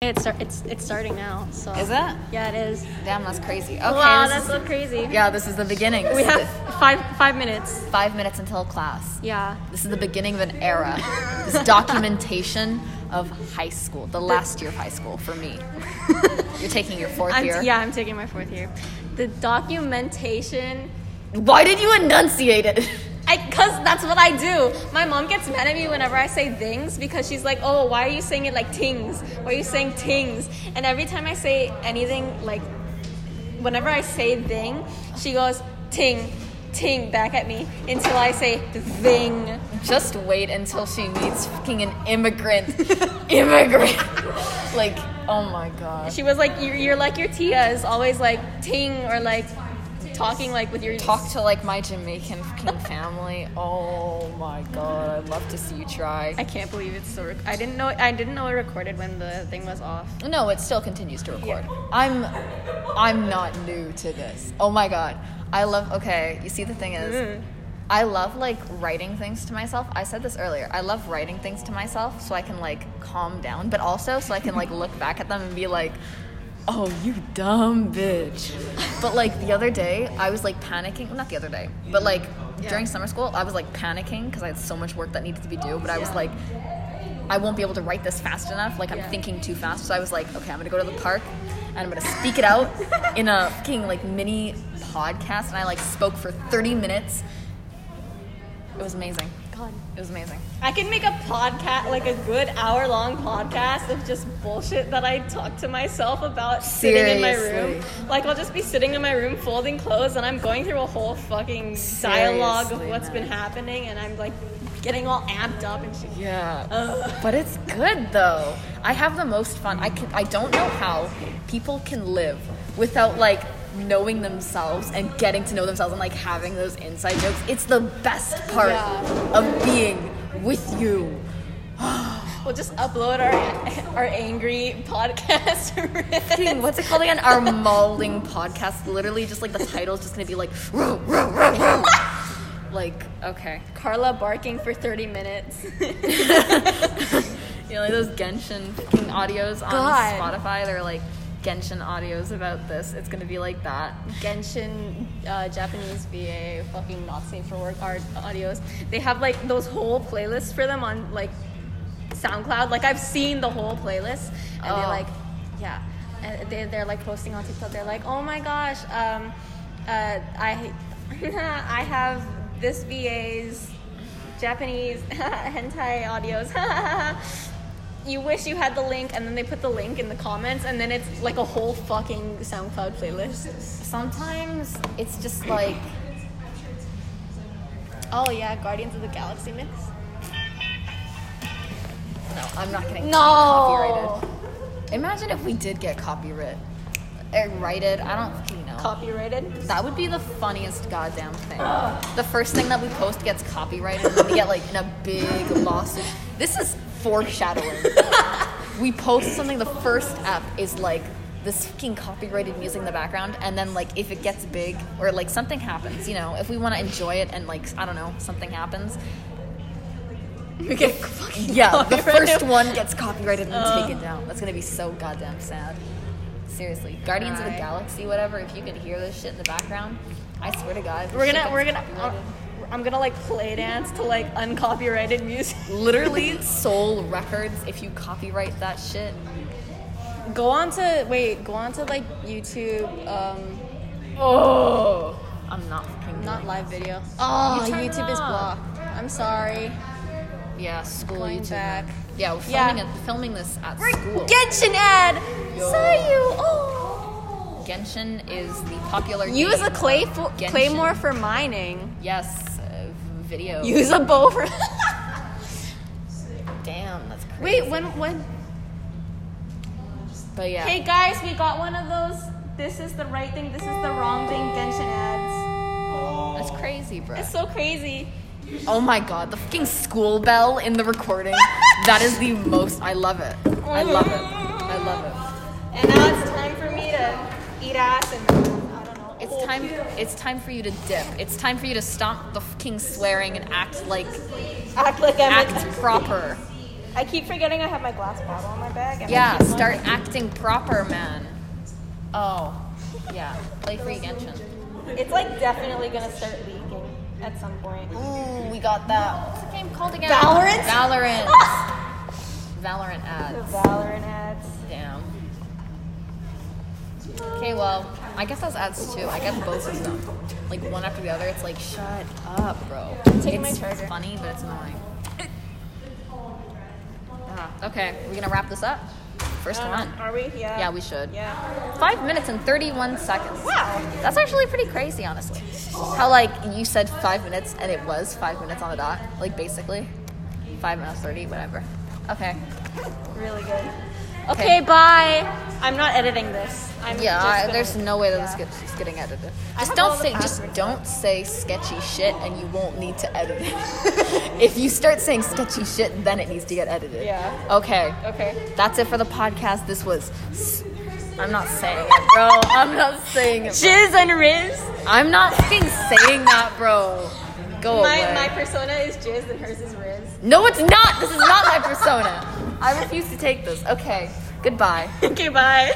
It's start- it's it's starting now. So Is it? Yeah, it is. Damn, that's crazy. Okay. wow, this that's is- so crazy. yeah, this is the beginning. This We is have the- five five minutes. five minutes until class. Yeah. This is the beginning of an era. This documentation of high school, the last year of high school for me. You're taking your 4th I'm year. yeah, I'm taking my fourth year. The documentation. Why did you enunciate it? I, cause that's what I do. My mom gets mad at me whenever I say things because she's like, "Oh, why are you saying it like tings? Why are you saying tings?" And every time I say anything like, whenever I say thing, she goes ting, ting back at me until I say thing. Just wait until she meets fucking an immigrant. immigrant. like, oh my god. She was like, "You're, you're like your Tia is always like ting or like talking like with your Talk to like my Jamaican fucking family. Oh my god, I'd love to see you try. I can't believe it's so. Rec- I didn't know. I didn't know it recorded when the thing was off. No, it still continues to record. Yeah. I'm I'm not new to this. Oh my god. I love okay, you see the thing is Mm. I love like writing things to myself. I said this earlier. I love writing things to myself so I can like calm down, but also so I can like look back at them and be like, "Oh, you dumb bitch." But like the other day, I was like panicking, not the other day, but like during summer school, I was like panicking cuz I had so much work that needed to be due, but I was Yeah. like I won't be able to write this fast enough. Like I'm Yeah. thinking too fast. So I was like, okay, I'm gonna go to the park and I'm gonna speak it out in a fucking like mini podcast. And I like spoke for 30 minutes. It was amazing. God. It was amazing. I can make a podcast, like a good hour long podcast of just bullshit that I talk to myself about sitting in my room. Seriously. Like, I'll just be sitting in my room folding clothes and I'm going through a whole fucking dialogue of Seriously, what's man. been happening and I'm like getting all amped up and shit. Yeah. Ugh. But it's good though. I have the most fun. I can I don't know how people can live without like knowing themselves and getting to know themselves and like having those inside jokes. It's the best part Yeah. of being with you. We'll just upload our our angry podcast. Fucking- what's it called again? Our mauling podcast. Literally, just like the title's just gonna be like, "Row, row, row, row." like okay, Carla barking for 30 minutes. you know, like those Genshin fucking audios on God. Spotify. They're like Genshin audios about this. It's gonna be like that. Genshin uh, Japanese VA fucking not safe for work art audios. They have like those whole playlists for them on like SoundCloud. Like I've seen the whole playlist, and they're Oh. like, yeah, and they they're like posting on TikTok. They're like, oh my gosh, um, uh, I I have this VA's Japanese hentai audios. You wish you had the link, and then they put the link in the comments, and then it's like a whole fucking SoundCloud playlist. Sometimes it's just like Oh yeah, Guardians of the Galaxy mix. no, I'm not getting No. copyrighted. Imagine if we did get copyrighted. Er, righted. I don't fucking know. Copyrighted. That would be the funniest goddamn thing. The first thing that we post gets copyrighted and then we get like in a big lawsuit. This is foreshadowing. we post something, the first app is like this fucking copyrighted music in the background and then like if it gets big or like something happens, you know, if we want to enjoy it and like I don't know, something happens. We get fucking Yeah, the copyrighted. first one gets copyrighted and then taken down. That's going to be so goddamn sad. Seriously, Guardians of the Right. Galaxy, whatever. If you could hear this shit in the background, I swear to God, this We're shit gonna gets we're gonna. copyrighted. I'm gonna like play dance to like uncopyrighted music. Literally, Soul Records, if you copyright that shit. Go on to wait. Go on to like YouTube. Um, Oh! I'm not fucking not doing live video. Oh, You turned YouTube it is off. blocked. Oh, I'm sorry. it. Yeah, school Going YouTube. back. Yeah, we're Yeah. filming, It, filming this at school. Genshin ad. Yo. Saw you. Oh. Genshin is the popular Use game a clay for, Genshin. claymore for mining. of- Yes, uh, video. Use a bow for. Damn, that's crazy. wait, when when But yeah. Hey guys, we got one of those. This is the right thing. This is the wrong thing. Genshin ads. That's crazy, bro. It's so crazy. Oh my god, the fucking school bell in the recording. that is the most. I love it. I love it. I love it. And now it's time for me to eat ass and I don't know. It's time. It's time for you to dip. It's time for you to stop the fucking swearing and act like Act like I'm. act proper. A, I keep forgetting I have my glass bottle in my bag. and I Yeah, keep start acting proper, man. Oh, yeah. Lake Regenshin. It's like definitely gonna start leaking at some point. Ooh, we got that. What's the game called again? Valorant? Valorant. Valorant ad. The Valorant ads. Damn. Okay, well, I guess that's ads too. I get both of them. Like one after the other. It's like, shut up, bro. Taking my it's charger. funny, but it's annoying. Ah, okay, we're gonna wrap this up. First Uh, one. are we? Yeah. Yeah, we should. Yeah. Five minutes and 31 seconds. Wow. That's actually pretty crazy, honestly. How like you said five minutes and it was five minutes on the dot, like basically, five minutes thirty, whatever. Okay. Really good. Okay. Okay, bye. I'm not editing this. I'm Yeah, just I, gonna- there's no way that this Yeah. gets it's getting edited. I Just have don't all the say just passwords. don't say sketchy shit, and you won't need to edit it. if you start saying sketchy shit, then it needs to get edited. Yeah. Okay. Okay. That's it for the podcast. This was. s- I'm not saying it, bro. I'm not saying it. Jizz and Riz. I'm not fucking saying that, bro. Go My, away. my persona is Jizz and hers is Riz. no, it's not. This is not my persona. I refuse to take this. Okay. Goodbye. okay, bye.